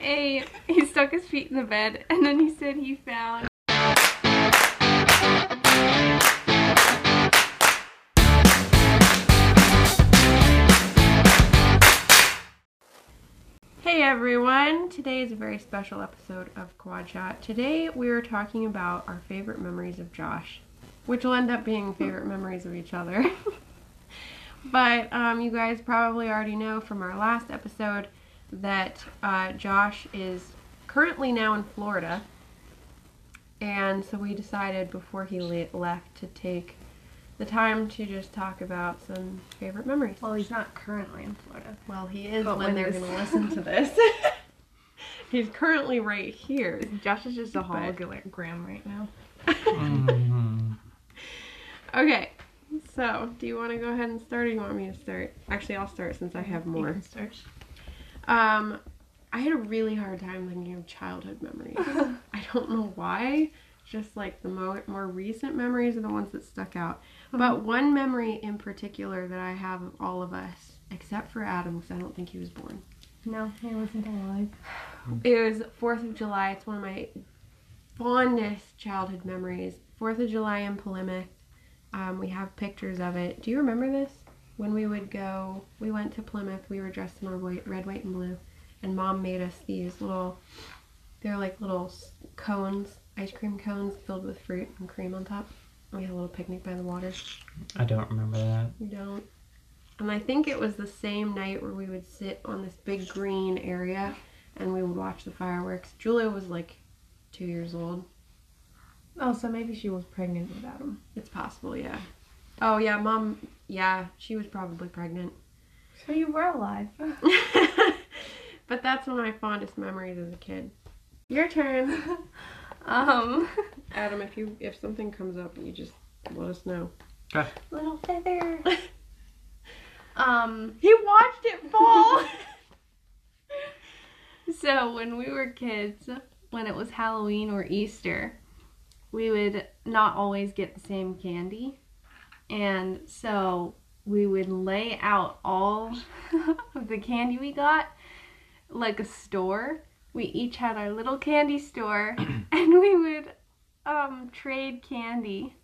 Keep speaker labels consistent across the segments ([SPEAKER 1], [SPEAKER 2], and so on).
[SPEAKER 1] a, he stuck his feet in the bed and then he said he found. Hey everyone! Today is a very special episode of Quad Shot. Today we are talking about our favorite memories of Josh, which will end up being favorite memories of each other. but um, you guys probably already know from our last episode that uh, Josh is currently now in Florida. And so we decided before he le- left to take the time to just talk about some favorite memories.
[SPEAKER 2] Well, he's not currently in Florida.
[SPEAKER 1] Well, he is
[SPEAKER 2] But
[SPEAKER 1] when
[SPEAKER 2] when
[SPEAKER 1] they're
[SPEAKER 2] this-
[SPEAKER 1] going to listen to this. He's currently right here.
[SPEAKER 2] Josh is just a
[SPEAKER 1] But-
[SPEAKER 2] hologram right now.
[SPEAKER 1] Okay. So, do you want to go ahead and start or you want me to start? Actually, I'll start since I have more. Um, I had a really hard time thinking of childhood memories. I don't know why. Just like the mo- more recent memories are the ones that stuck out. But one memory in particular that I have of all of us, except for Adam, because I don't think he was born.
[SPEAKER 2] No, he wasn't alive.
[SPEAKER 1] It was Fourth of July. It's one of my fondest childhood memories. Fourth of July in Plymouth. Um, we have pictures of it. Do you remember this? When we would go, we went to Plymouth. We were dressed in our white, red, white, and blue, and Mom made us these little. They're like little s- cones, ice cream cones filled with fruit and cream on top. We had a little picnic by the water.
[SPEAKER 3] I don't remember that.
[SPEAKER 1] You don't. And I think it was the same night where we would sit on this big green area and we would watch the fireworks. Julia was like two years old.
[SPEAKER 2] Oh, so maybe she was pregnant with Adam.
[SPEAKER 1] It's possible, yeah. Oh, yeah, mom, yeah, she was probably pregnant.
[SPEAKER 2] So you were alive.
[SPEAKER 1] but that's one of my fondest memories as a kid. Your turn.
[SPEAKER 2] Um,
[SPEAKER 1] Adam, if you if something comes up, you just let us know.
[SPEAKER 2] little feather. um,
[SPEAKER 1] He watched it fall.
[SPEAKER 2] so when we were kids, when it was Halloween or Easter, we would not always get the same candy. And so we would lay out all of the candy we got like a store. We each had our little candy store and we would um, trade candy.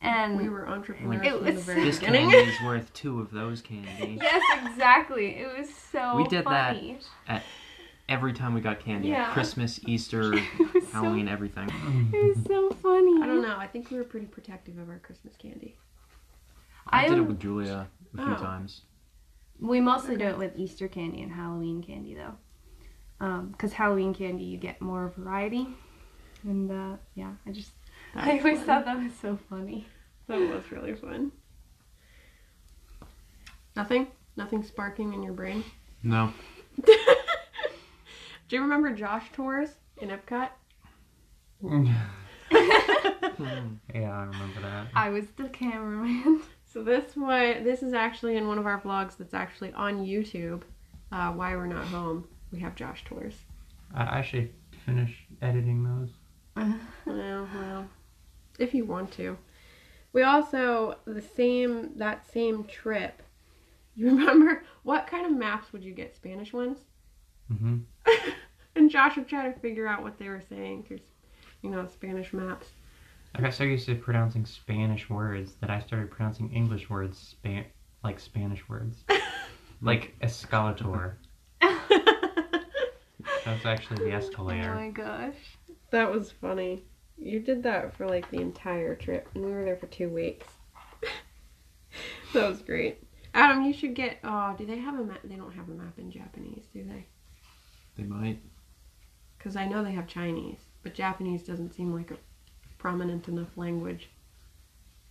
[SPEAKER 2] And
[SPEAKER 1] we were entrepreneurs
[SPEAKER 2] It
[SPEAKER 1] from the
[SPEAKER 2] was-
[SPEAKER 1] very
[SPEAKER 3] This
[SPEAKER 1] beginning.
[SPEAKER 3] candy is worth two of those candies.
[SPEAKER 2] yes, exactly. It was so
[SPEAKER 3] We did that.
[SPEAKER 2] funny.
[SPEAKER 3] Every time we got candy,
[SPEAKER 2] Yeah.
[SPEAKER 3] Christmas, Easter,
[SPEAKER 2] It was so
[SPEAKER 3] Halloween, everything.
[SPEAKER 2] It was so funny.
[SPEAKER 1] I don't know. I think we were pretty protective of our Christmas candy.
[SPEAKER 3] I did it
[SPEAKER 2] I'm-
[SPEAKER 3] with Julia a few
[SPEAKER 1] Oh.
[SPEAKER 3] times.
[SPEAKER 4] We mostly do it with Easter candy and Halloween candy though, because Halloween candy you get more variety, and uh, yeah, I just I always thought that was so funny.
[SPEAKER 1] That was really fun. Nothing? Nothing sparking in your brain?
[SPEAKER 3] No.
[SPEAKER 1] Do you remember Josh Torres in Epcot?
[SPEAKER 3] Yeah, I remember that.
[SPEAKER 4] I was the cameraman.
[SPEAKER 1] So this one, this is actually in one of our vlogs that's actually on YouTube. Uh, Why we're not home. We have Josh Torres.
[SPEAKER 3] I, I should finish editing those.
[SPEAKER 1] Well, well, if you want to. We also the same that same trip. You remember what kind of maps would you get? Spanish ones.
[SPEAKER 3] Mm-hmm.
[SPEAKER 1] and Josh would try to figure out what they were saying through, you know, Spanish maps.
[SPEAKER 3] I got so used to pronouncing Spanish words that I started pronouncing English words span- like Spanish words. like escalator. That's actually the
[SPEAKER 4] Oh
[SPEAKER 3] escalator.
[SPEAKER 4] my gosh.
[SPEAKER 1] that was funny. You did that for like the entire trip, and we were there for two weeks. that was great. Adam, you should get. Oh, do they have a map? They don't have a map in Japanese, do they?
[SPEAKER 3] They might.
[SPEAKER 1] Because I know they have Chinese, but Japanese doesn't seem like a prominent enough language.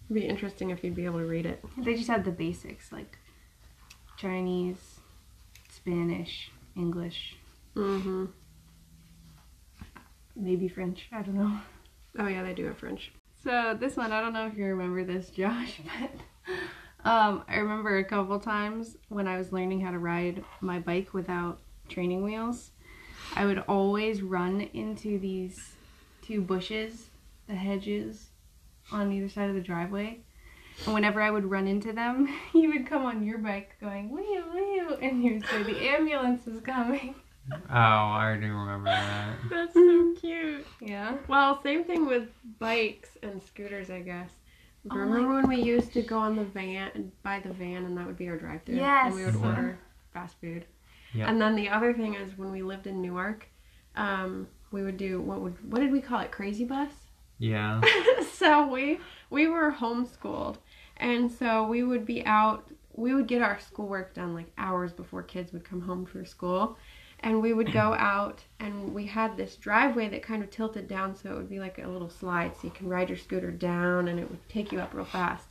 [SPEAKER 1] It'd be interesting if you'd be able to read it.
[SPEAKER 4] They just had the basics like Chinese, Spanish, English,
[SPEAKER 1] Mm-hmm.
[SPEAKER 4] maybe French. I don't know.
[SPEAKER 1] Oh yeah, they do have French.
[SPEAKER 4] So this one, I don't know if you remember this, Josh, but um, I remember a couple times when I was learning how to ride my bike without training wheels, I would always run into these two bushes, the hedges on either side of the driveway. And whenever I would run into them, you would come on your bike going, wee, wee, and you would say, the ambulance is coming.
[SPEAKER 3] Oh, I do remember that.
[SPEAKER 1] That's so cute.
[SPEAKER 2] Yeah.
[SPEAKER 1] Well, same thing with bikes and scooters, I guess.
[SPEAKER 2] Oh
[SPEAKER 1] Remember when we used to go on the van and buy the van, and that would be our drive-through.
[SPEAKER 2] Yes.
[SPEAKER 1] And we would
[SPEAKER 3] Mhm.
[SPEAKER 1] order fast food.
[SPEAKER 3] Yeah.
[SPEAKER 1] And then the other thing is when we lived in Newark, um, we would do what would what did we call it? Crazy bus.
[SPEAKER 3] Yeah.
[SPEAKER 1] so we we were homeschooled, and so we would be out. We would get our schoolwork done like hours before kids would come home from school, and we would go out. And we had this driveway that kind of tilted down, so it would be like a little slide, so you can ride your scooter down, and it would take you up real fast.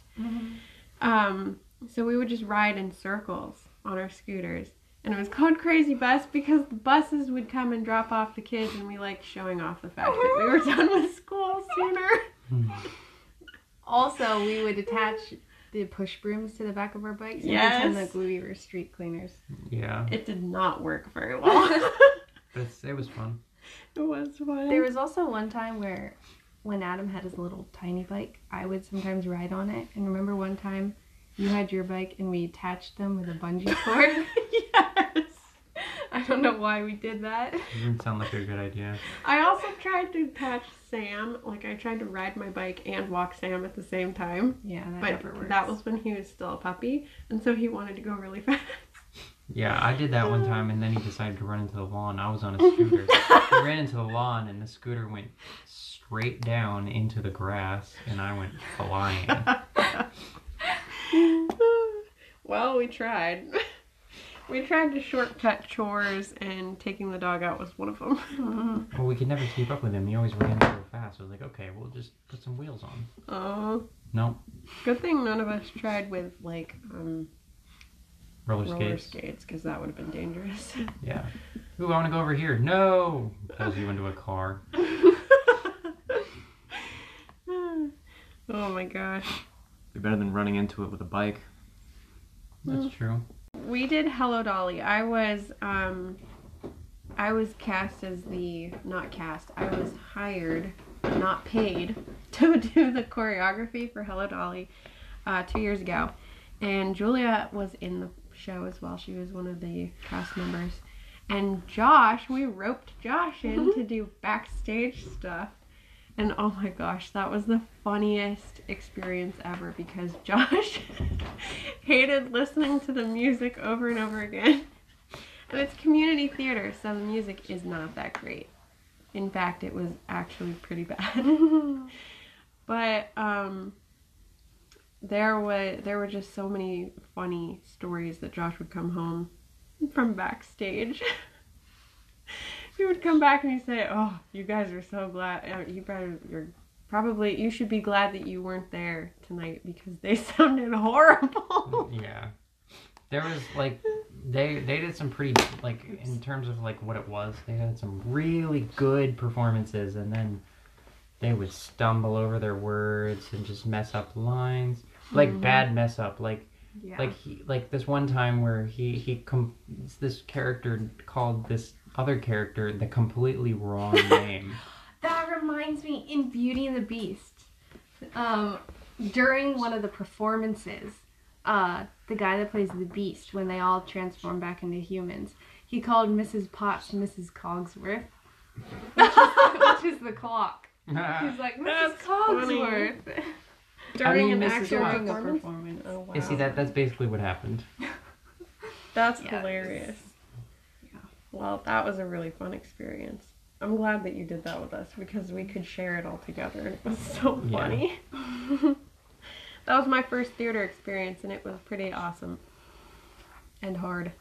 [SPEAKER 1] Um, so we would just ride in circles on our scooters. And it was called Crazy Bus because the buses would come and drop off the kids, and we liked showing off the fact that we were done with school sooner.
[SPEAKER 2] Also, we would attach the push brooms to the back of our bikes. and pretend
[SPEAKER 1] Yes.
[SPEAKER 2] Like we were street cleaners.
[SPEAKER 3] Yeah.
[SPEAKER 1] It did not work very well.
[SPEAKER 3] But it's, it was fun.
[SPEAKER 1] it was fun.
[SPEAKER 2] There was also one time where when Adam had his little tiny bike, I would sometimes ride on it. And remember one time you had your bike and we attached them with a bungee cord?
[SPEAKER 1] yes.
[SPEAKER 2] I don't know why we did that.
[SPEAKER 3] It didn't sound like a good idea.
[SPEAKER 1] I also tried to attach Sam. Like I tried to ride my bike and walk Sam at the same time.
[SPEAKER 2] Yeah, that never
[SPEAKER 1] But
[SPEAKER 2] works.
[SPEAKER 1] that was when he was still a puppy, and so he wanted to go really fast.
[SPEAKER 3] Yeah, I did that one time, and then he decided to run into the lawn. I was on a scooter. he ran into the lawn, and the scooter went straight down into the grass, and I went flying.
[SPEAKER 1] well, we tried. We tried to shortcut chores, and taking the dog out was one of them. Mm-hmm.
[SPEAKER 3] well, we could never keep up with him. He always ran so fast. I was like, okay, we'll just put some wheels on.
[SPEAKER 1] Oh,
[SPEAKER 3] No,
[SPEAKER 1] good thing none of us tried with like um,
[SPEAKER 3] roller skates.
[SPEAKER 1] roller skates because that would have been dangerous.
[SPEAKER 3] Yeah. Ooh, I want to go over here. No! Pulls you into a car.
[SPEAKER 1] oh my gosh.
[SPEAKER 5] Be better than running into it with a bike.
[SPEAKER 3] That's true.
[SPEAKER 1] We did Hello Dolly. I was um I was cast as the not cast. I was hired, not paid to do the choreography for Hello Dolly uh 2 years ago. And Julia was in the show as well. She was one of the cast members. And Josh, we roped Josh in to do backstage stuff. And oh my gosh, that was the funniest experience ever because Josh hated listening to the music over and over again. And it's community theater, so the music is not that great. In fact, it was actually pretty bad. but um, there was there were just so many funny stories that Josh would come home from backstage. he would come back and he'd say, "Oh, you guys are so glad. uh, You better, you're probably you should be glad that you weren't there tonight because they sounded horrible."
[SPEAKER 3] Yeah. There was like they they did some pretty like in terms of like what it was, they had some really good performances and then they would stumble over their words and just mess up lines. Like bad mess up. Like
[SPEAKER 2] Yeah.
[SPEAKER 3] like he like this one time where he he com- this character called this other character the completely wrong name.
[SPEAKER 2] That reminds me, in Beauty and the Beast, um, during one of the performances, uh, the guy that plays the Beast, when they all transform back into humans, he called Mrs. Potts Mrs. Cogsworth, which is, which is the clock. He's like, Mrs.
[SPEAKER 1] That's funny.
[SPEAKER 2] Cogsworth.
[SPEAKER 1] During
[SPEAKER 3] mean,
[SPEAKER 1] an
[SPEAKER 3] Mrs.
[SPEAKER 1] actual
[SPEAKER 3] Potts.
[SPEAKER 2] During a
[SPEAKER 1] performance.
[SPEAKER 2] performance.
[SPEAKER 1] Oh wow.
[SPEAKER 3] You see that that's basically what happened.
[SPEAKER 1] That's
[SPEAKER 2] Yeah,
[SPEAKER 1] hilarious.
[SPEAKER 2] yeah.
[SPEAKER 1] Well, that was a really fun experience. I'm glad that you did that with us because we could share it all together and it was so
[SPEAKER 3] Yeah.
[SPEAKER 1] funny. that was my first theater experience and it was pretty awesome and hard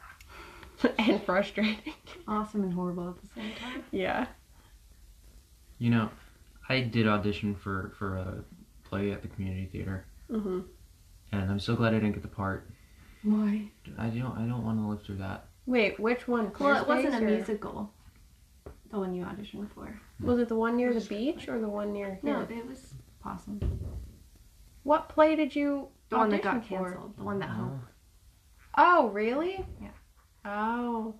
[SPEAKER 1] and frustrating.
[SPEAKER 2] Awesome and horrible at the same time.
[SPEAKER 1] Yeah.
[SPEAKER 5] You know, I did audition for for a play at the community theater,
[SPEAKER 2] Mm-hmm.
[SPEAKER 1] hmm
[SPEAKER 5] and I'm so glad I didn't get the part.
[SPEAKER 2] Why?
[SPEAKER 5] I don't I don't want to live through that.
[SPEAKER 1] Wait, which one? Clear
[SPEAKER 2] Well, it wasn't a
[SPEAKER 1] Space or-
[SPEAKER 2] musical. The one you auditioned for.
[SPEAKER 1] Was it the one near the beach or the one near here?
[SPEAKER 2] No, it was Possum.
[SPEAKER 1] What play did you
[SPEAKER 2] The one that
[SPEAKER 1] audition
[SPEAKER 2] got
[SPEAKER 1] for?
[SPEAKER 2] canceled. The one that
[SPEAKER 5] No.
[SPEAKER 1] Oh, really?
[SPEAKER 2] Yeah.
[SPEAKER 1] Oh.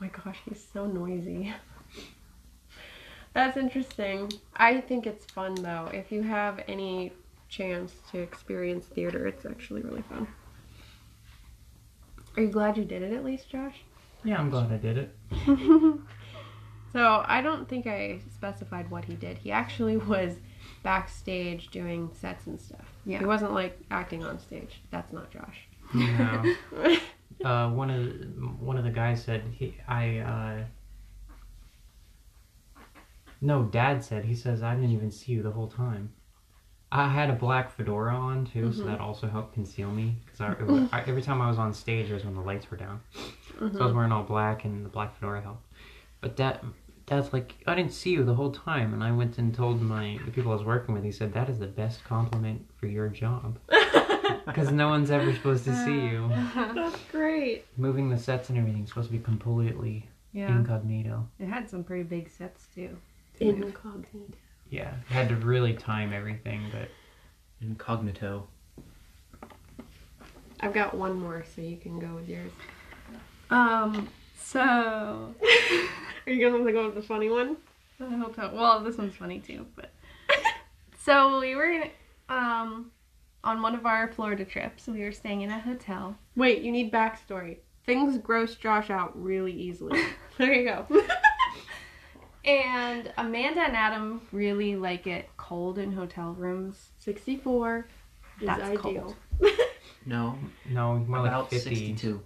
[SPEAKER 1] my gosh, he's so noisy. That's interesting. I think it's fun though. If you have any chance to experience theater, it's actually really fun. Are you glad you did it at least, Josh?
[SPEAKER 3] Yeah, I'm glad I did it.
[SPEAKER 1] So I don't think I specified what he did. He actually was backstage doing sets and stuff.
[SPEAKER 2] Yeah.
[SPEAKER 1] He wasn't like acting on stage. That's not Josh.
[SPEAKER 3] No. uh, one of the, one of the guys said he I. Uh, no, Dad said he says I didn't even see you the whole time. I had a black fedora on too, so that also helped conceal me because I, it was- I, every time I was on stage, it was when the lights were down, so I was wearing all black, and the black fedora helped. But that. Dad's like, I didn't see you the whole time, and I went and told my the people I was working with. He said that is the best compliment for your job, because no one's ever supposed to see you
[SPEAKER 1] That's great.
[SPEAKER 3] moving the sets and everything's supposed to be completely
[SPEAKER 2] Yeah.
[SPEAKER 3] incognito.
[SPEAKER 2] It had some pretty big sets too.
[SPEAKER 1] Incognito.
[SPEAKER 3] Yeah, had to really time everything, but
[SPEAKER 5] Incognito.
[SPEAKER 1] I've got one more, so you can go with yours.
[SPEAKER 2] Um, so
[SPEAKER 1] Are you gonna go with the funny one?
[SPEAKER 2] the hotel. Well, this one's funny too, but so we were um on one of our Florida trips. We were staying in a hotel.
[SPEAKER 1] Wait, you need backstory. Things gross Josh out really easily. there you go.
[SPEAKER 2] And Amanda and Adam really like it cold in hotel rooms.
[SPEAKER 1] 64 is
[SPEAKER 2] That's
[SPEAKER 1] ideal.
[SPEAKER 5] No,
[SPEAKER 3] no, more like
[SPEAKER 5] about
[SPEAKER 3] 50.
[SPEAKER 5] 62.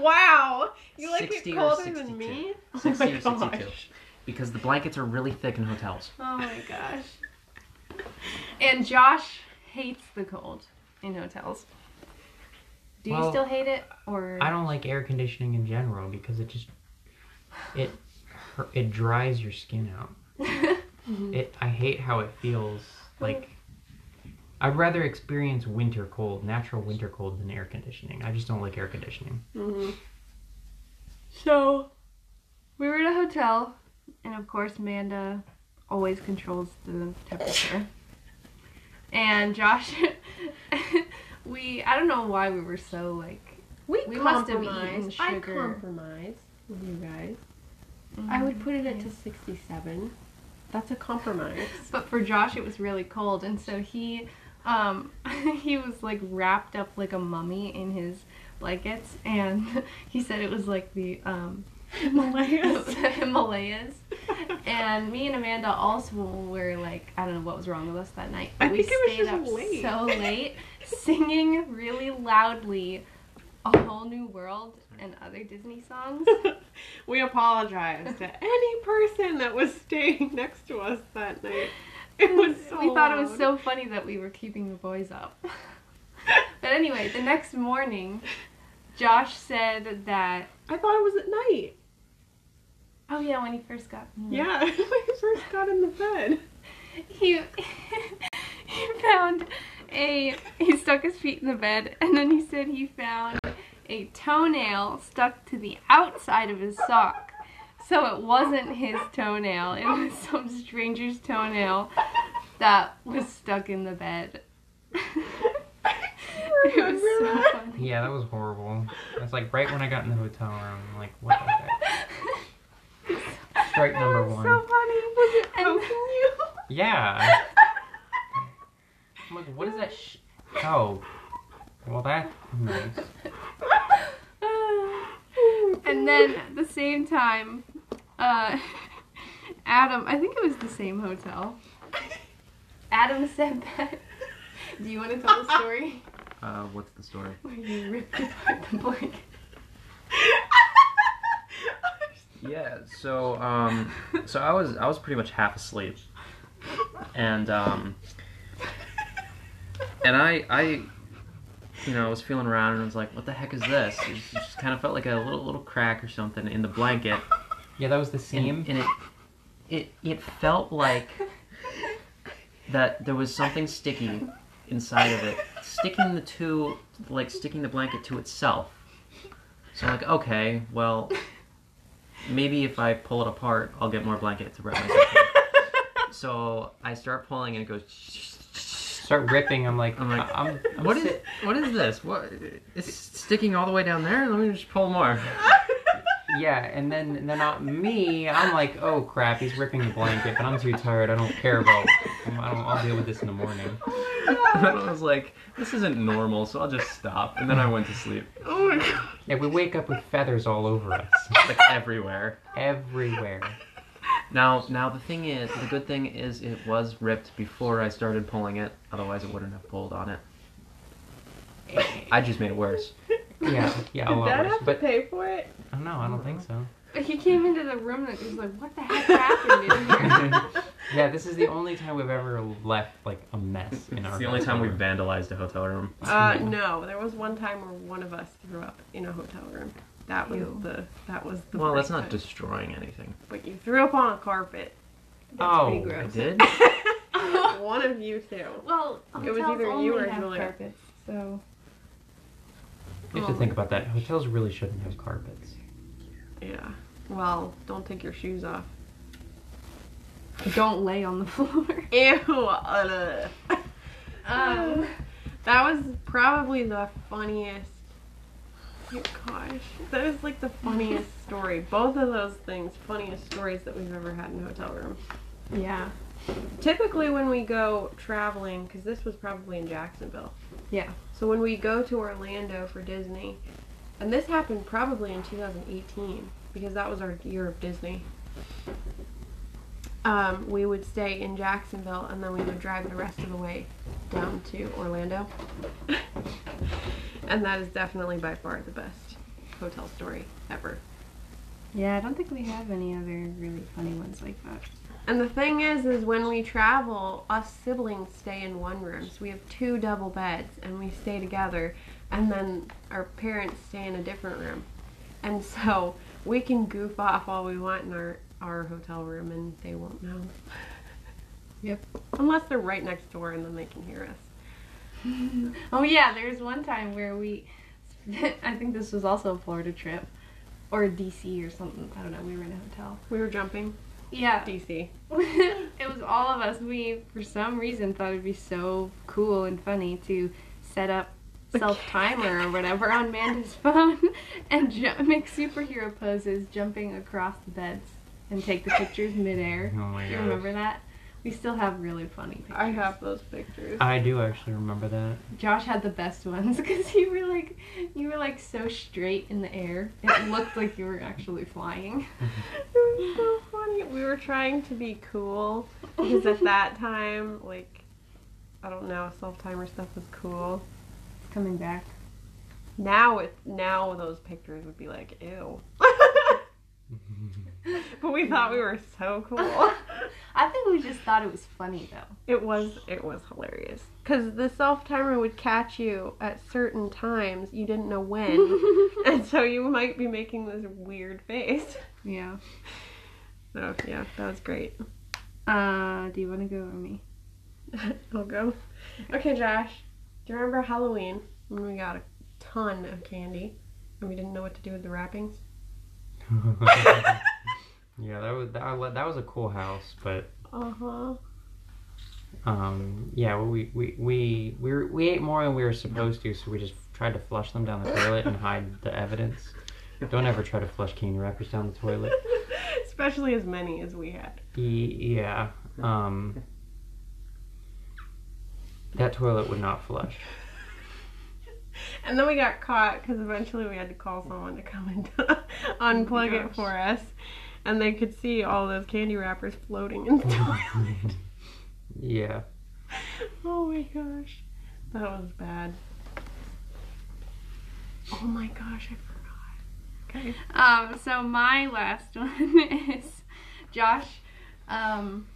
[SPEAKER 1] wow! You like
[SPEAKER 5] 60
[SPEAKER 1] it
[SPEAKER 5] or
[SPEAKER 1] colder than
[SPEAKER 5] 62.
[SPEAKER 1] me?
[SPEAKER 5] 60 or
[SPEAKER 1] oh my
[SPEAKER 5] 62.
[SPEAKER 1] gosh.
[SPEAKER 5] Because the blankets are really thick in hotels.
[SPEAKER 2] Oh my gosh. And Josh hates the cold in hotels. Do you
[SPEAKER 3] Well,
[SPEAKER 2] still hate it or
[SPEAKER 3] I don't like air conditioning in general because it just it hur- it dries your skin out. it I hate how it feels like I'd rather experience winter cold, natural winter cold than air conditioning. I just don't like air conditioning.
[SPEAKER 1] Mm-hmm.
[SPEAKER 2] So we were at a hotel, and of course, Amanda always controls the temperature. and Josh, we, I don't know why we were so like,
[SPEAKER 1] We,
[SPEAKER 2] We must have
[SPEAKER 1] compromise.
[SPEAKER 2] eaten
[SPEAKER 1] I
[SPEAKER 2] sugar.
[SPEAKER 1] compromise with you guys. I would put it at to 67. That's a compromise.
[SPEAKER 2] but for Josh, it was really cold, and so he, um, he was like wrapped up like a mummy in his blankets, and he said it was like the, um,
[SPEAKER 1] Himalayas.
[SPEAKER 2] the Himalayas. and me and Amanda also were like, I don't know what was wrong with us that night.
[SPEAKER 1] I
[SPEAKER 2] But we
[SPEAKER 1] think it was
[SPEAKER 2] stayed
[SPEAKER 1] just
[SPEAKER 2] up
[SPEAKER 1] late.
[SPEAKER 2] so late, singing really loudly, "A Whole New World" and other Disney songs.
[SPEAKER 1] we apologize to any person that was staying next to us that night. It was so
[SPEAKER 2] we thought it was
[SPEAKER 1] loud.
[SPEAKER 2] so funny that we were keeping the boys up. but anyway, the next morning, Josh said that.
[SPEAKER 1] I thought it was at night.
[SPEAKER 2] Oh yeah, when he first got
[SPEAKER 1] Yeah, when we first got in the bed.
[SPEAKER 2] he he found a he stuck his feet in the bed and then he said he found a toenail stuck to the outside of his sock. So it wasn't his toenail, it was some stranger's toenail that was stuck in the bed. it was so funny.
[SPEAKER 3] Yeah, that was horrible. That's like right when I got in the hotel room. I'm like, what the heck? Strike number one.
[SPEAKER 2] So funny. And
[SPEAKER 3] Yeah. I'm like, what is that? Sh- oh. Well, that's nice.
[SPEAKER 2] and then at the same time, uh, Adam, I think it was the same hotel. Adam said that. Do you want to tell the story
[SPEAKER 5] Uh, what's the story?
[SPEAKER 2] where you ripped apart the blanket?
[SPEAKER 5] Yeah, so um, so I was I was pretty much half asleep, and um, and I I, you know, I was feeling around and I was like, what the heck is this? It just, kind of felt like a little little crack or something in the blanket,
[SPEAKER 3] Yeah, that was the seam.
[SPEAKER 5] and, and it it it felt like that there was something sticky inside of it, sticking the two like sticking the blanket to itself. So I'm like, okay, well, maybe if I pull it apart, I'll get more blanket to wrap myself. in. so I start pulling and it goes.
[SPEAKER 3] Start ripping. I'm like,
[SPEAKER 5] I'm
[SPEAKER 3] I'm
[SPEAKER 5] like,
[SPEAKER 3] I'm, I'm
[SPEAKER 5] What is
[SPEAKER 3] sit-
[SPEAKER 5] what is this? What it's sticking all the way down there? Let me just pull more.
[SPEAKER 3] Yeah, and then and then not me. I'm like, oh crap, he's ripping the blanket, but I'm too tired. I don't care about. I don't, I'll deal with this in the morning.
[SPEAKER 5] And I was like, this isn't normal, so I'll just stop. And then I went to sleep.
[SPEAKER 1] Oh my god.
[SPEAKER 3] Yeah, we wake up with feathers all over us,
[SPEAKER 5] like everywhere.
[SPEAKER 3] everywhere.
[SPEAKER 5] Now, now the thing is, the good thing is, it was ripped before I started pulling it. Otherwise, it wouldn't have pulled on it. I just made it worse.
[SPEAKER 3] Yeah, yeah, all
[SPEAKER 2] Dad
[SPEAKER 3] over us.
[SPEAKER 2] have to
[SPEAKER 3] But
[SPEAKER 2] pay for it?
[SPEAKER 3] I don't know. I don't think so.
[SPEAKER 2] He came into the room and he was like, "What the heck happened in here?"
[SPEAKER 3] Yeah, this is the only time we've ever left like a mess in our.
[SPEAKER 5] It's the only time we've
[SPEAKER 3] room.
[SPEAKER 5] vandalized a hotel room.
[SPEAKER 1] Uh, no, there was one time where one of us threw up in a hotel room. That was
[SPEAKER 2] Ew.
[SPEAKER 1] the that was the.
[SPEAKER 5] Well, that's
[SPEAKER 1] first
[SPEAKER 5] not
[SPEAKER 1] time.
[SPEAKER 5] destroying anything.
[SPEAKER 1] But you threw up on a carpet.
[SPEAKER 3] Oh,
[SPEAKER 2] pretty
[SPEAKER 5] I
[SPEAKER 2] gross.
[SPEAKER 5] did.
[SPEAKER 1] one of you two.
[SPEAKER 2] Well,
[SPEAKER 1] It was
[SPEAKER 2] hotels
[SPEAKER 1] either you
[SPEAKER 2] only
[SPEAKER 1] or
[SPEAKER 2] have
[SPEAKER 1] Julia.
[SPEAKER 2] carpets, so
[SPEAKER 3] you have to think about that. Hotels really shouldn't have carpets.
[SPEAKER 1] Yeah. Well, don't take your shoes off.
[SPEAKER 2] don't lay on the floor.
[SPEAKER 1] Ew. ugh.
[SPEAKER 2] Um,
[SPEAKER 1] That was probably the funniest. Oh gosh, that is like the funniest story. Both of those things, funniest stories that we've ever had in a hotel room.
[SPEAKER 2] yeah,
[SPEAKER 1] Typically, when we go traveling, because this was probably in Jacksonville.
[SPEAKER 2] Yeah.
[SPEAKER 1] So when we go to Orlando for Disney, and this happened probably in 2018 because that was our year of Disney. Um, we would stay in Jacksonville and then we would drive the rest of the way down to Orlando. and that is definitely by far the best hotel story ever.
[SPEAKER 2] yeah. I don't think we have any other really funny ones like that.
[SPEAKER 1] And the thing is, is when we travel, us siblings stay in one room. So we have two double beds and we stay together. And then our parents stay in a different room. And so we can goof off all we want in our, our hotel room and they won't know.
[SPEAKER 2] Yep.
[SPEAKER 1] Unless they're right next door and then they can hear us.
[SPEAKER 2] Oh yeah, there's one time where we, I think this was also a Florida trip, or DC or something. I don't know. We were in a hotel.
[SPEAKER 1] We were jumping
[SPEAKER 2] Yeah,
[SPEAKER 1] DC.
[SPEAKER 2] it was all of us. We, for some reason, thought it'd be so cool and funny to set up self timer or whatever on Manda's phone and ju- make superhero poses jumping across the beds and take the pictures
[SPEAKER 3] Oh
[SPEAKER 2] midair.
[SPEAKER 3] my
[SPEAKER 2] Do you
[SPEAKER 3] god.
[SPEAKER 2] remember that? We still have really funny pictures.
[SPEAKER 1] I have those pictures.
[SPEAKER 3] I do actually remember that.
[SPEAKER 2] Josh had the best ones because you were like, you were like so straight in the air. It looked like you were actually flying.
[SPEAKER 1] It was so funny. We were trying to be cool because at that time, like, I don't know, self timer stuff was cool.
[SPEAKER 2] Coming back.
[SPEAKER 1] Now it now those pictures would be like ew. but we thought we were so cool.
[SPEAKER 2] I think we just thought it was funny though.
[SPEAKER 1] It was it was hilarious because the self timer would catch you at certain times you didn't know when, and so you might be making this weird face.
[SPEAKER 2] yeah.
[SPEAKER 1] So yeah, that was great.
[SPEAKER 2] Uh, do you want to go or me?
[SPEAKER 1] I'll go. Okay, Josh, do you remember Halloween when we got a ton of candy and we didn't know what to do with the wrappings?
[SPEAKER 3] yeah, that was that, wa- that was a cool house, but
[SPEAKER 1] Uh huh.
[SPEAKER 3] um, yeah, we we we we, were, we ate more than we were supposed to, so we just tried to flush them down the toilet and hide the evidence. Don't ever try to flush candy wrappers down the toilet.
[SPEAKER 1] Especially as many as we had.
[SPEAKER 3] E- yeah, um, that toilet would not flush.
[SPEAKER 1] And then we got caught because eventually we had to call someone to come and unplug it for us. And they could see all those candy wrappers floating in the toilet.
[SPEAKER 3] Yeah,
[SPEAKER 1] Oh my gosh. That was bad. Oh my gosh, I forgot. Okay.
[SPEAKER 2] Um, so my last one is Josh um,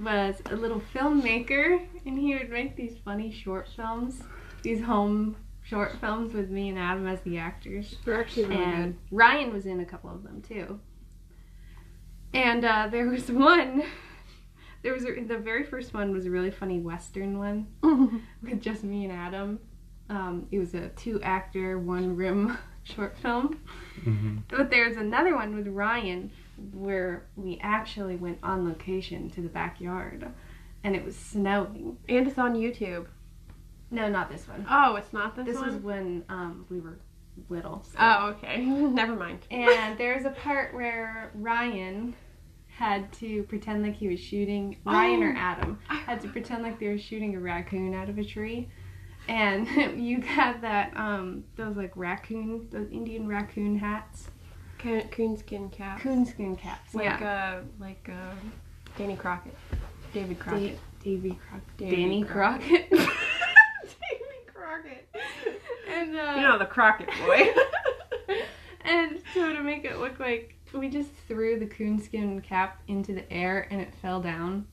[SPEAKER 2] was a little filmmaker, and he would make these funny short films, these home short films with me and Adam as the actors.
[SPEAKER 1] They're actually really
[SPEAKER 2] and Ryan was in a couple of them too. And uh, there was one. There was a, the very first one was a really funny Western one
[SPEAKER 1] good.
[SPEAKER 2] with just me and Adam. Um, it was a two actor, one room short film.
[SPEAKER 3] hmm
[SPEAKER 2] But there's another one with Ryan where we actually went on location to the backyard and it was snowing.
[SPEAKER 1] and it's on YouTube.
[SPEAKER 2] No, not this one.
[SPEAKER 1] Oh, it's not this,
[SPEAKER 2] This
[SPEAKER 1] one?
[SPEAKER 2] was when um, we were little. so-
[SPEAKER 1] Oh, okay. Never mind.
[SPEAKER 2] And there's a part where Ryan had to pretend like Oh, he was shooting Ryan or Adam had to pretend like they were shooting a raccoon out of a tree. and you got that um those like raccoon those Indian raccoon hats,
[SPEAKER 1] Coon, coonskin cap.
[SPEAKER 2] coonskin caps.
[SPEAKER 1] Like
[SPEAKER 2] yeah,
[SPEAKER 1] uh like uh Danny Crockett. David Crockett.
[SPEAKER 2] uh, Da- Davy Crockett.
[SPEAKER 1] Davy
[SPEAKER 2] Danny Crockett. Davy Crockett. And uh,
[SPEAKER 1] the Crockett boy.
[SPEAKER 2] and so to make it look like we just threw the coonskin cap into the air and it fell down,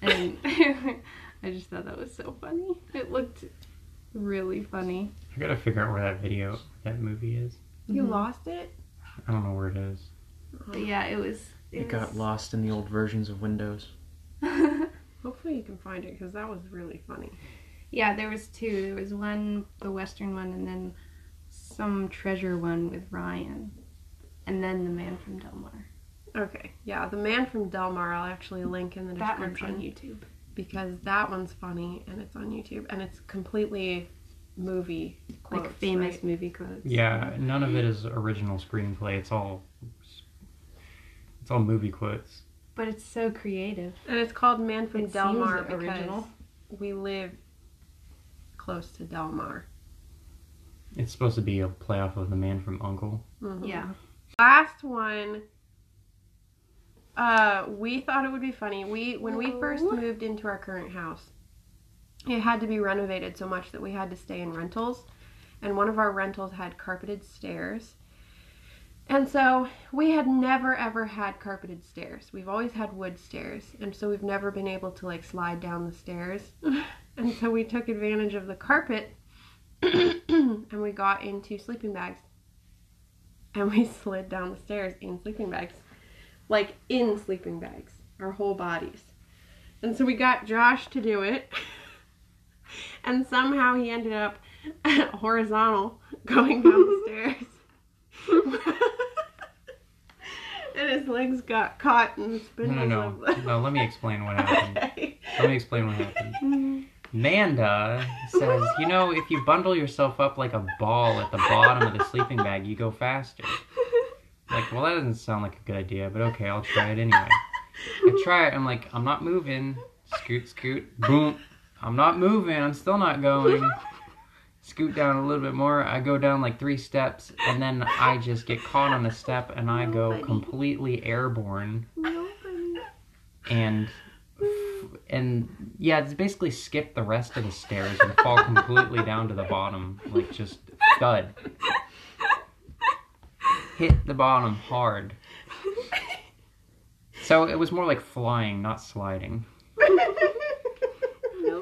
[SPEAKER 2] and I just thought that was so funny. It looked really funny.
[SPEAKER 3] I gotta figure out where that video, that movie is.
[SPEAKER 1] you
[SPEAKER 2] Mm-hmm.
[SPEAKER 1] lost it?
[SPEAKER 3] I don't know where it is.
[SPEAKER 2] But yeah, it was.
[SPEAKER 5] It got lost in the old versions of Windows.
[SPEAKER 2] got.
[SPEAKER 1] Hopefully you can find it because that was really funny.
[SPEAKER 2] Yeah, there was two. There was one, the Western one, and then some treasure one with Ryan, and then the man from Delmar.
[SPEAKER 1] Okay, yeah, the man from Delmar. I'll actually link in the
[SPEAKER 2] That one's
[SPEAKER 1] description
[SPEAKER 2] on YouTube.
[SPEAKER 1] because that one's funny and it's on YouTube and it's completely movie quotes,
[SPEAKER 2] like famous
[SPEAKER 1] right?
[SPEAKER 2] movie quotes.
[SPEAKER 3] Yeah, none of it is original screenplay. It's all, it's all movie quotes.
[SPEAKER 2] But it's so creative.
[SPEAKER 1] And it's called Man from
[SPEAKER 2] It
[SPEAKER 1] Delmar
[SPEAKER 2] seems
[SPEAKER 1] because
[SPEAKER 2] original.
[SPEAKER 1] we live close to Delmar.
[SPEAKER 3] It's supposed to be a playoff of The Man from Uncle.
[SPEAKER 1] Mhm.
[SPEAKER 2] Yeah.
[SPEAKER 1] Last one. Uh, we thought it would be funny. We when we first
[SPEAKER 2] Oh.
[SPEAKER 1] moved into our current house, it had to be renovated so much that we had to stay in rentals, and one of our rentals had carpeted stairs. And so we had never ever had carpeted stairs. We've always had wood stairs, and so we've never been able to like slide down the stairs. and so we took advantage of the carpet, and we got into sleeping bags and we slid down the stairs in sleeping bags like in sleeping bags our whole bodies and so we got josh to do it and somehow he ended up horizontal going down the stairs and his legs got caught in the
[SPEAKER 3] No, no,
[SPEAKER 1] spindles
[SPEAKER 3] no.
[SPEAKER 1] of the
[SPEAKER 3] No, let me explain what happened.
[SPEAKER 1] Okay.
[SPEAKER 3] Let me explain what happened. Manda says, you know, if you bundle yourself up like a ball at the bottom of the sleeping bag, you go faster. Like, well, that doesn't sound like a good idea, but okay, I'll try it anyway. I try it. I'm like, I'm not moving. Scoot, scoot. Boom. I'm not moving. I'm still not going. Scoot down a little bit more. I go down like three steps, and then I just get caught on the step, and I go completely airborne. And and yeah, it's basically skip the rest of the stairs and fall completely down to the bottom, like just thud. Hit the bottom hard. So it was more like flying, not sliding.
[SPEAKER 1] Nobody.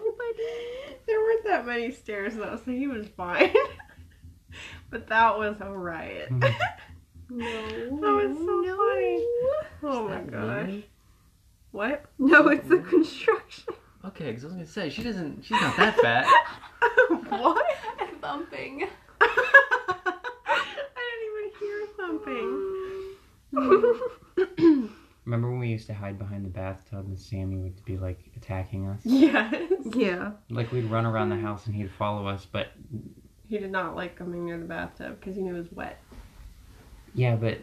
[SPEAKER 1] There weren't that many stairs though, so he was fine. but that was a riot.
[SPEAKER 3] Mhm.
[SPEAKER 1] that was so funny. Oh my
[SPEAKER 5] that
[SPEAKER 1] gosh.
[SPEAKER 5] Mimi?
[SPEAKER 1] What? No, it's the construction.
[SPEAKER 5] Okay, because I was gonna say she doesn't. She's not that fat.
[SPEAKER 1] what?
[SPEAKER 2] Bumping.
[SPEAKER 1] I didn't even hear something.
[SPEAKER 3] Remember when we used to hide behind the bathtub and Sammy would be like attacking us?
[SPEAKER 1] yes.
[SPEAKER 4] Yeah.
[SPEAKER 3] Like we'd run around the house and he'd follow us, but
[SPEAKER 1] He did not like coming near the bathtub because he knew it was wet.
[SPEAKER 3] yeah, but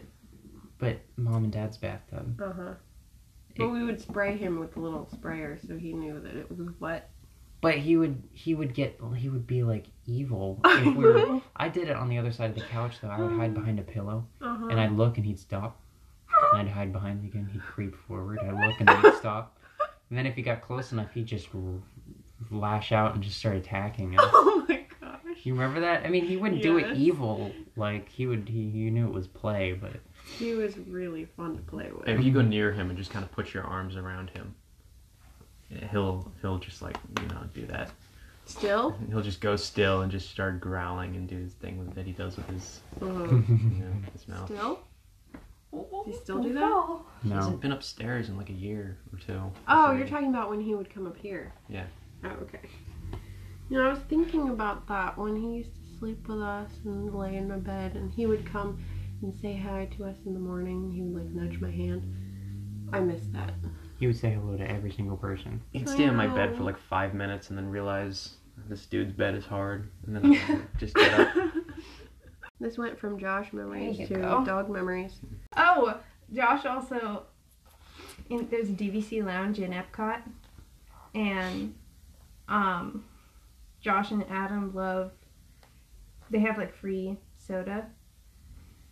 [SPEAKER 3] but mom and dad's bathtub.
[SPEAKER 1] Uh huh. But we would spray him with a little sprayer so he knew that it was wet.
[SPEAKER 3] But he would he would get he would be like evil if we were I did it on the other side of the couch though. I would hide behind a pillow
[SPEAKER 1] Uh-huh.
[SPEAKER 3] and I'd look and he'd stop. And I'd hide behind it again, he'd creep forward, I'd look and then he'd stop. And then if he got close enough he'd just r- lash out and just start attacking us.
[SPEAKER 1] Oh my gosh.
[SPEAKER 3] You remember that? I mean, he wouldn't do it
[SPEAKER 1] Yes.
[SPEAKER 3] evil. Like he would, he, he knew it was play, but
[SPEAKER 1] He was really fun to play with.
[SPEAKER 5] If you go near him and just kind of put your arms around him, yeah, he'll he'll just like you know do that.
[SPEAKER 1] Still?
[SPEAKER 5] He'll just go still and just start growling and do his thing with, that he does with his
[SPEAKER 1] Uh-huh.
[SPEAKER 5] you know his mouth.
[SPEAKER 1] Still?
[SPEAKER 2] Do
[SPEAKER 1] you still do that?
[SPEAKER 5] He
[SPEAKER 3] no.
[SPEAKER 5] hasn't been upstairs in like a year or two. or
[SPEAKER 1] Oh,
[SPEAKER 5] three.
[SPEAKER 1] you're talking about when he would come up here.
[SPEAKER 5] Yeah.
[SPEAKER 1] Oh, okay. You know, I was thinking about that when he used to sleep with us and lay in my bed, and he would come and say hi to us in the morning. He would like nudge my hand. I miss that.
[SPEAKER 3] He would say hello to every single person.
[SPEAKER 5] He'd stay in my bed for
[SPEAKER 1] Wow.
[SPEAKER 5] like five minutes and then realize this dude's bed is hard, and then I'd just get up.
[SPEAKER 1] This went from Josh memories
[SPEAKER 2] you
[SPEAKER 1] to
[SPEAKER 2] go.
[SPEAKER 1] dog memories.
[SPEAKER 2] Oh, Josh also. In, there's a DVC lounge in Epcot, and um,
[SPEAKER 6] Josh and Adam love. They have like free soda,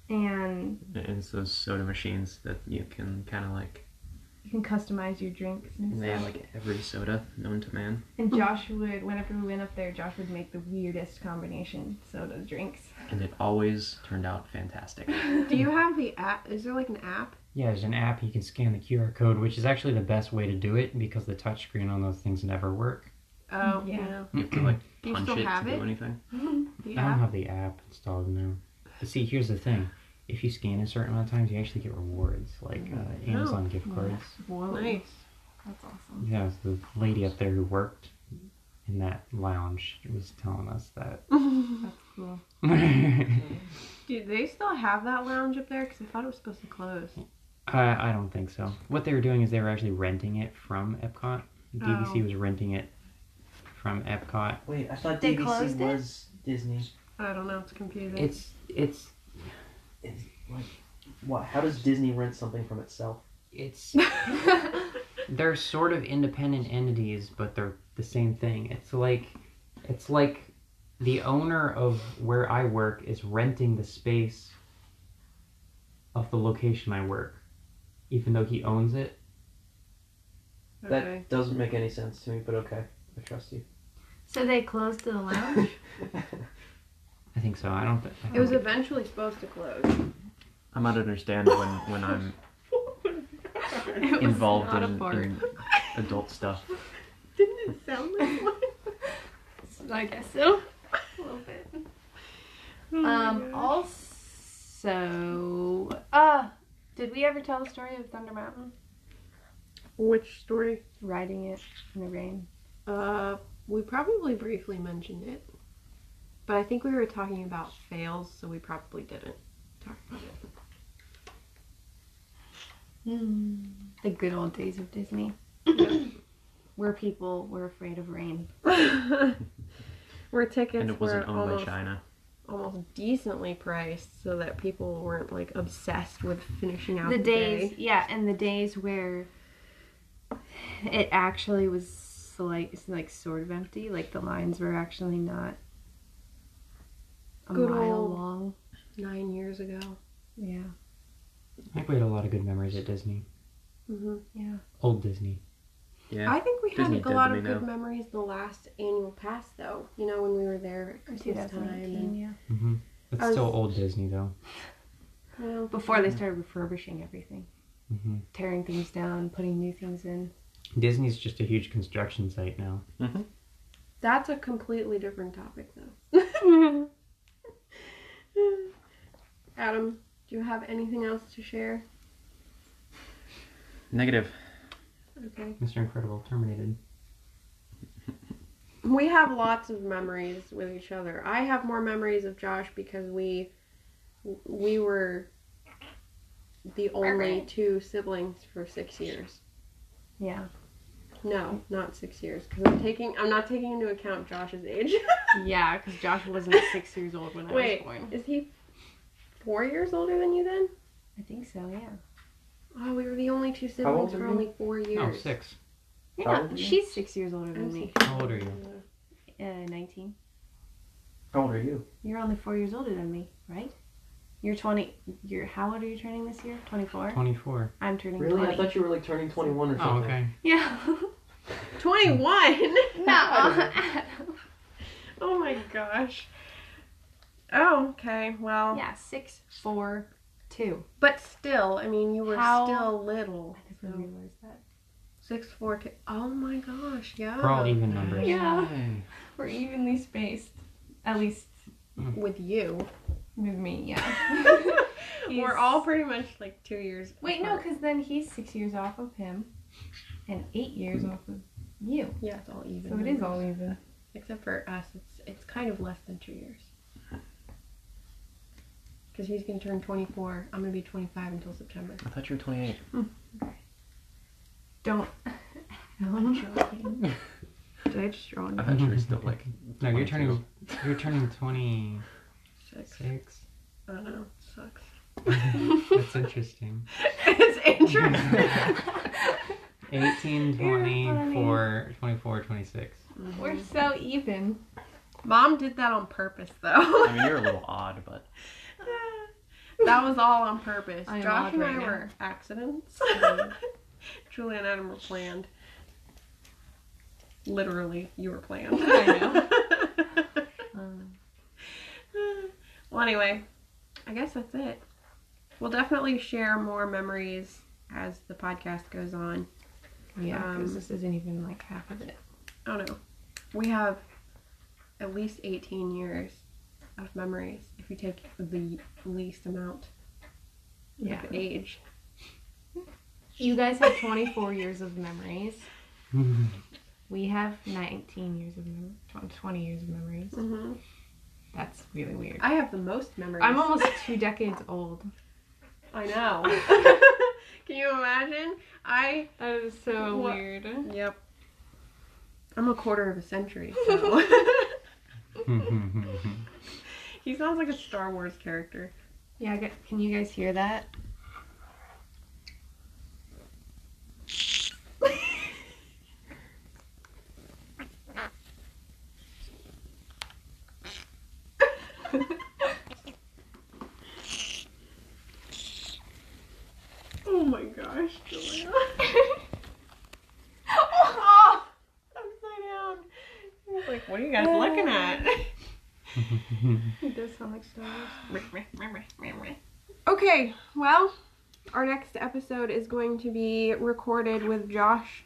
[SPEAKER 6] and
[SPEAKER 5] And it's those soda machines that you can kind of like.
[SPEAKER 6] you can customize your drinks and
[SPEAKER 5] And they
[SPEAKER 6] stuff.
[SPEAKER 5] have like every soda known to man.
[SPEAKER 6] And Josh would, whenever we went up there, Josh would make the weirdest combination soda drinks.
[SPEAKER 5] And it always turned out fantastic.
[SPEAKER 1] Do you have the app? Is there like an app?
[SPEAKER 3] Yeah, there's an app you can scan the QR code, which is actually the best way to do it because the touchscreen on those things never work.
[SPEAKER 1] Oh,
[SPEAKER 6] Yeah.
[SPEAKER 1] yeah.
[SPEAKER 5] You have to like
[SPEAKER 1] Do you
[SPEAKER 5] punch
[SPEAKER 1] still
[SPEAKER 5] it
[SPEAKER 1] have
[SPEAKER 5] to do Uh-huh.
[SPEAKER 1] it?
[SPEAKER 5] anything.
[SPEAKER 1] Do you
[SPEAKER 3] I don't
[SPEAKER 1] have?
[SPEAKER 3] have the app installed now. But see, here's the thing: if you scan a certain amount of times, you actually get rewards, like uh, Amazon gift cards.
[SPEAKER 6] Whoa.
[SPEAKER 1] Nice.
[SPEAKER 6] That's awesome.
[SPEAKER 3] Yeah, it was the lady up there who worked in that lounge was telling us that.
[SPEAKER 6] That's cool.
[SPEAKER 1] Do they still have that lounge up there? Because I thought it was supposed to close.
[SPEAKER 3] I, I don't think so. What they were doing is they were actually renting it from Epcot. DVC
[SPEAKER 1] Oh.
[SPEAKER 3] was renting it from Epcot.
[SPEAKER 5] Wait, I thought
[SPEAKER 2] They DVC closed it?
[SPEAKER 5] was Disney.
[SPEAKER 1] I don't know. It's confusing.
[SPEAKER 3] It's it's
[SPEAKER 5] What? How does Disney rent something from itself?
[SPEAKER 3] it's they're sort of independent entities, but they're the same thing. It's like it's like the owner of where I work is renting the space of the location I work, even though he owns it.
[SPEAKER 1] okay.
[SPEAKER 5] That doesn't make any sense to me, but okay. I trust you.
[SPEAKER 2] So they closed the lounge?
[SPEAKER 3] I think so. I don't. Th- I
[SPEAKER 1] It was
[SPEAKER 3] don't-
[SPEAKER 1] eventually supposed to close.
[SPEAKER 5] I might understand when, when I'm
[SPEAKER 1] Oh
[SPEAKER 5] involved
[SPEAKER 6] not a
[SPEAKER 5] in,
[SPEAKER 6] fart.
[SPEAKER 5] in adult stuff.
[SPEAKER 1] Didn't it sound like one?
[SPEAKER 2] I guess so. A little bit.
[SPEAKER 1] Oh my gosh.
[SPEAKER 2] um, also, uh, did we ever tell the story of Thunder Mountain?
[SPEAKER 1] Which story?
[SPEAKER 2] Riding it in the rain.
[SPEAKER 1] Uh, we probably briefly mentioned it, but I think we were talking about fails, so we probably didn't talk about it. Hmm.
[SPEAKER 2] The good old days of Disney. Where people were afraid of rain.
[SPEAKER 1] Where tickets
[SPEAKER 5] and it wasn't
[SPEAKER 1] were
[SPEAKER 5] owned by
[SPEAKER 1] almost,
[SPEAKER 5] China.
[SPEAKER 1] almost decently priced, so that people weren't like obsessed with finishing out
[SPEAKER 2] the
[SPEAKER 1] the,
[SPEAKER 2] days,
[SPEAKER 1] day.
[SPEAKER 2] yeah, and the days where it actually was like like sort of empty, like the lines were actually not a
[SPEAKER 1] Good
[SPEAKER 2] mile
[SPEAKER 1] old-
[SPEAKER 2] long.
[SPEAKER 1] Nine years ago.
[SPEAKER 2] Yeah,
[SPEAKER 3] I think we had a lot of good memories at Disney.
[SPEAKER 1] hmm
[SPEAKER 2] yeah.
[SPEAKER 3] Old Disney.
[SPEAKER 5] Yeah.
[SPEAKER 1] I think we had
[SPEAKER 5] Disney
[SPEAKER 1] a
[SPEAKER 5] did
[SPEAKER 1] lot
[SPEAKER 5] to
[SPEAKER 1] of
[SPEAKER 5] me
[SPEAKER 1] good
[SPEAKER 5] now.
[SPEAKER 1] memories the last annual pass, though. You know when we were there at Christmas time. And,
[SPEAKER 2] 2019, yeah.
[SPEAKER 3] hmm It's
[SPEAKER 2] I was-
[SPEAKER 3] still old Disney though.
[SPEAKER 1] you know,
[SPEAKER 2] Before they started refurbishing everything,
[SPEAKER 3] hmm
[SPEAKER 2] tearing things down, putting new things in.
[SPEAKER 3] Disney's just a huge construction site now.
[SPEAKER 1] That's a completely different topic, though. Adam, do you have anything else to share?
[SPEAKER 5] Negative.
[SPEAKER 1] Okay.
[SPEAKER 3] Mr. Incredible terminated.
[SPEAKER 1] We have lots of memories with each other. I have more memories of Josh because we we were the only two siblings for 6 years.
[SPEAKER 2] Yeah,
[SPEAKER 1] No, not 6 years cuz I'm taking I'm not taking into account Josh's age.
[SPEAKER 2] yeah. Because Josh wasn't six years old when I
[SPEAKER 1] Wait.
[SPEAKER 2] was born.
[SPEAKER 1] Is he 4 years older than you then?
[SPEAKER 2] I think so. Yeah.
[SPEAKER 1] Oh, we were the only two
[SPEAKER 5] How old
[SPEAKER 1] siblings for
[SPEAKER 5] are
[SPEAKER 1] only 4 years.
[SPEAKER 3] No, Oh, six.
[SPEAKER 5] How
[SPEAKER 2] Yeah,
[SPEAKER 5] old are you?
[SPEAKER 2] she's six years older
[SPEAKER 1] I'm
[SPEAKER 2] than me.
[SPEAKER 3] How old are you?
[SPEAKER 2] Uh, nineteen.
[SPEAKER 5] How old are you?
[SPEAKER 2] You're only four years older than me, right? You're twenty. You're how old are you turning this year? Twenty-four.
[SPEAKER 3] Twenty-four.
[SPEAKER 2] I'm turning
[SPEAKER 5] Really? I
[SPEAKER 2] twenty.
[SPEAKER 5] thought you were like turning 21 or
[SPEAKER 3] Oh,
[SPEAKER 5] something.
[SPEAKER 3] okay.
[SPEAKER 2] Yeah.
[SPEAKER 1] 21.
[SPEAKER 2] no.
[SPEAKER 1] Oh my gosh. Oh, okay. Well,
[SPEAKER 2] yeah, six, four, two.
[SPEAKER 1] but still, I mean, you were
[SPEAKER 2] How-
[SPEAKER 1] still little.
[SPEAKER 2] I never
[SPEAKER 1] So-
[SPEAKER 2] realized that.
[SPEAKER 1] Six, four, two. Oh my gosh. Yeah.
[SPEAKER 3] We're all even numbers.
[SPEAKER 2] Yeah.
[SPEAKER 5] Hey.
[SPEAKER 2] We're evenly spaced. At least
[SPEAKER 1] With you.
[SPEAKER 2] with me, yeah. He's-
[SPEAKER 1] we're all pretty much like two years.
[SPEAKER 2] Wait, no,
[SPEAKER 1] apart.
[SPEAKER 2] because then he's six years off of him and eight years off of you.
[SPEAKER 1] Yeah, it's all even.
[SPEAKER 2] So it is all even.
[SPEAKER 1] Except for us, it's it's kind of less than two years. Because he's gonna turn 24. I'm gonna be 25 until September.
[SPEAKER 5] I thought you were 28.
[SPEAKER 2] Don't.
[SPEAKER 1] I'm joking. Did I just draw
[SPEAKER 5] I thought you were still like.
[SPEAKER 3] No, you're
[SPEAKER 5] 22.
[SPEAKER 3] turning. You're turning twenty-six.
[SPEAKER 1] six? I don't know. It sucks.
[SPEAKER 3] That's interesting.
[SPEAKER 1] it's interesting.
[SPEAKER 3] 18,
[SPEAKER 2] You're funny.
[SPEAKER 3] 24, 24, 26.
[SPEAKER 2] We're so even.
[SPEAKER 1] Mom did that on purpose, though.
[SPEAKER 5] I mean, you're a little odd, but
[SPEAKER 1] that was all on purpose.
[SPEAKER 2] I am
[SPEAKER 1] Josh
[SPEAKER 2] odd
[SPEAKER 1] and
[SPEAKER 2] right
[SPEAKER 1] I
[SPEAKER 2] now.
[SPEAKER 1] were accidents. Julie and Adam were planned. Literally, you were planned.
[SPEAKER 2] I Um,
[SPEAKER 1] well, anyway, I guess that's it. We'll definitely share more memories as the podcast goes on.
[SPEAKER 2] yeah, because
[SPEAKER 1] Um,
[SPEAKER 2] this isn't even like half of it.
[SPEAKER 1] I don't know. We have at least 18 years of memories if you take the least amount
[SPEAKER 2] Yeah.
[SPEAKER 1] of age.
[SPEAKER 2] You guys have 24 years of memories. We have 19 years of memories. 20 years of memories.
[SPEAKER 1] Mm-hmm.
[SPEAKER 2] That's really weird.
[SPEAKER 1] I have the most memories.
[SPEAKER 2] I'm almost two decades old.
[SPEAKER 1] I know. Can you imagine? I.
[SPEAKER 2] That is so
[SPEAKER 1] What?
[SPEAKER 2] weird.
[SPEAKER 1] Yep. I'm a quarter of a century. So. he sounds like a Star Wars character.
[SPEAKER 2] Yeah, I got- can you guys hear that?
[SPEAKER 1] Oh my gosh, Julia. Upside down. He's like, what are you guys looking at?
[SPEAKER 2] It does sound like Star Wars.
[SPEAKER 1] Okay, well, our next episode is going to be recorded with Josh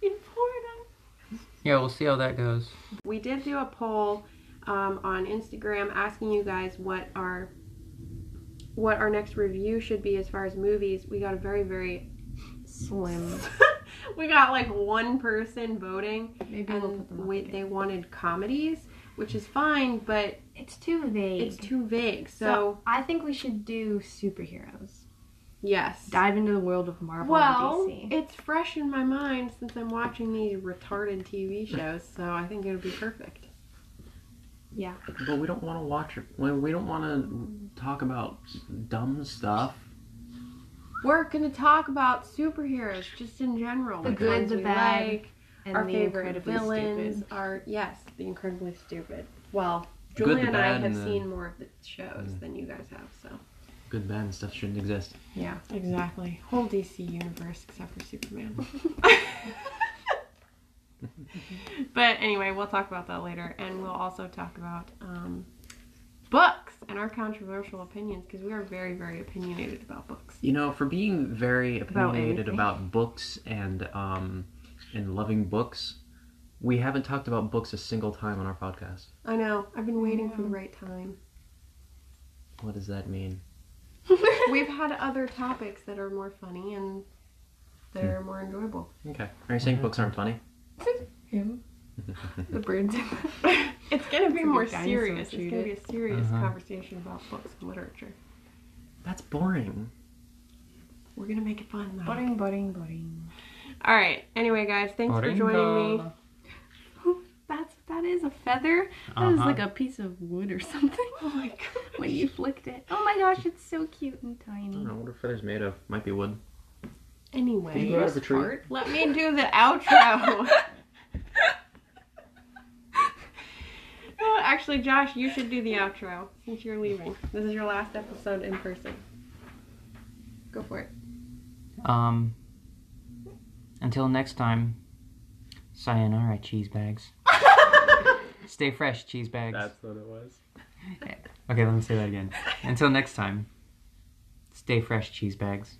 [SPEAKER 1] in Florida.
[SPEAKER 3] yeah, we'll see how that goes.
[SPEAKER 1] We did do a poll um, on Instagram asking you guys what our what our next review should be as far as movies. We got a very very
[SPEAKER 2] Slim.
[SPEAKER 1] we got like one person voting
[SPEAKER 2] Maybe we'll
[SPEAKER 1] and
[SPEAKER 2] put them up.
[SPEAKER 1] we,
[SPEAKER 2] again.
[SPEAKER 1] they wanted comedies, which is fine, but
[SPEAKER 2] It's too vague.
[SPEAKER 1] it's too vague. So,
[SPEAKER 2] I think we should do superheroes.
[SPEAKER 1] yes.
[SPEAKER 2] Dive into the world of Marvel
[SPEAKER 1] Well,
[SPEAKER 2] and DC.
[SPEAKER 1] it's fresh in my mind since I'm watching these retarded TV shows, so I think it would be perfect.
[SPEAKER 5] but we don't want to watch it. We we don't want to talk about dumb stuff.
[SPEAKER 1] We're gonna talk about superheroes just in general.
[SPEAKER 2] The
[SPEAKER 1] like
[SPEAKER 2] good,
[SPEAKER 1] ones
[SPEAKER 2] the
[SPEAKER 1] we
[SPEAKER 2] bad,
[SPEAKER 1] like,
[SPEAKER 2] and
[SPEAKER 1] our
[SPEAKER 2] the
[SPEAKER 1] favorite
[SPEAKER 2] incredibly
[SPEAKER 1] villains
[SPEAKER 2] stupid.
[SPEAKER 1] are yes, the incredibly stupid. Well,
[SPEAKER 5] Good,
[SPEAKER 1] Julie
[SPEAKER 5] the
[SPEAKER 1] and I
[SPEAKER 5] bad,
[SPEAKER 1] have
[SPEAKER 5] and the-
[SPEAKER 1] seen more of the shows
[SPEAKER 5] Mm.
[SPEAKER 1] than you guys have, so
[SPEAKER 5] Good, bad, and stuff shouldn't exist.
[SPEAKER 1] yeah, exactly. Whole DC universe except for Superman. but anyway, we'll talk about that later, and we'll also talk about um, books and our controversial opinions because we are very, very opinionated about books.
[SPEAKER 5] You know, for being very
[SPEAKER 2] About
[SPEAKER 5] opinionated
[SPEAKER 2] anything.
[SPEAKER 5] about, books and um, and loving books, we haven't talked about books a single time on our podcast.
[SPEAKER 1] I know. I've been waiting for the right time.
[SPEAKER 5] What does that mean?
[SPEAKER 1] We've had other topics that are more funny and that are more enjoyable.
[SPEAKER 5] Okay. Are you saying books aren't funny?
[SPEAKER 2] Him. the birds.
[SPEAKER 1] It's gonna be
[SPEAKER 2] It's like
[SPEAKER 1] more
[SPEAKER 2] a dinosaur
[SPEAKER 1] serious. It's
[SPEAKER 2] chewed
[SPEAKER 1] gonna
[SPEAKER 2] it.
[SPEAKER 1] be a serious
[SPEAKER 3] Uh-huh.
[SPEAKER 1] conversation about books and literature.
[SPEAKER 5] That's boring.
[SPEAKER 1] We're gonna make it fun though.
[SPEAKER 2] budding, budding, budding.
[SPEAKER 1] All right. Anyway, guys, thanks for joining me.
[SPEAKER 2] That's that is a feather. That is like a piece of wood or something. Oh my god! When you flicked it. Oh my gosh! It's so cute and
[SPEAKER 5] I
[SPEAKER 2] tiny.
[SPEAKER 5] don't know what are feathers made of. Might be wood.
[SPEAKER 1] Anyway,
[SPEAKER 5] grow out of a tree?
[SPEAKER 1] let me do the outro. Oh, Actually, Josh, you should do the outro since you're leaving. This is your last episode in person. Go for it.
[SPEAKER 3] Um, until next time, sayonara, cheese bags. Stay fresh, cheese bags.
[SPEAKER 5] what it was.
[SPEAKER 3] Okay, let me say that again. Until next time, stay fresh, cheese bags.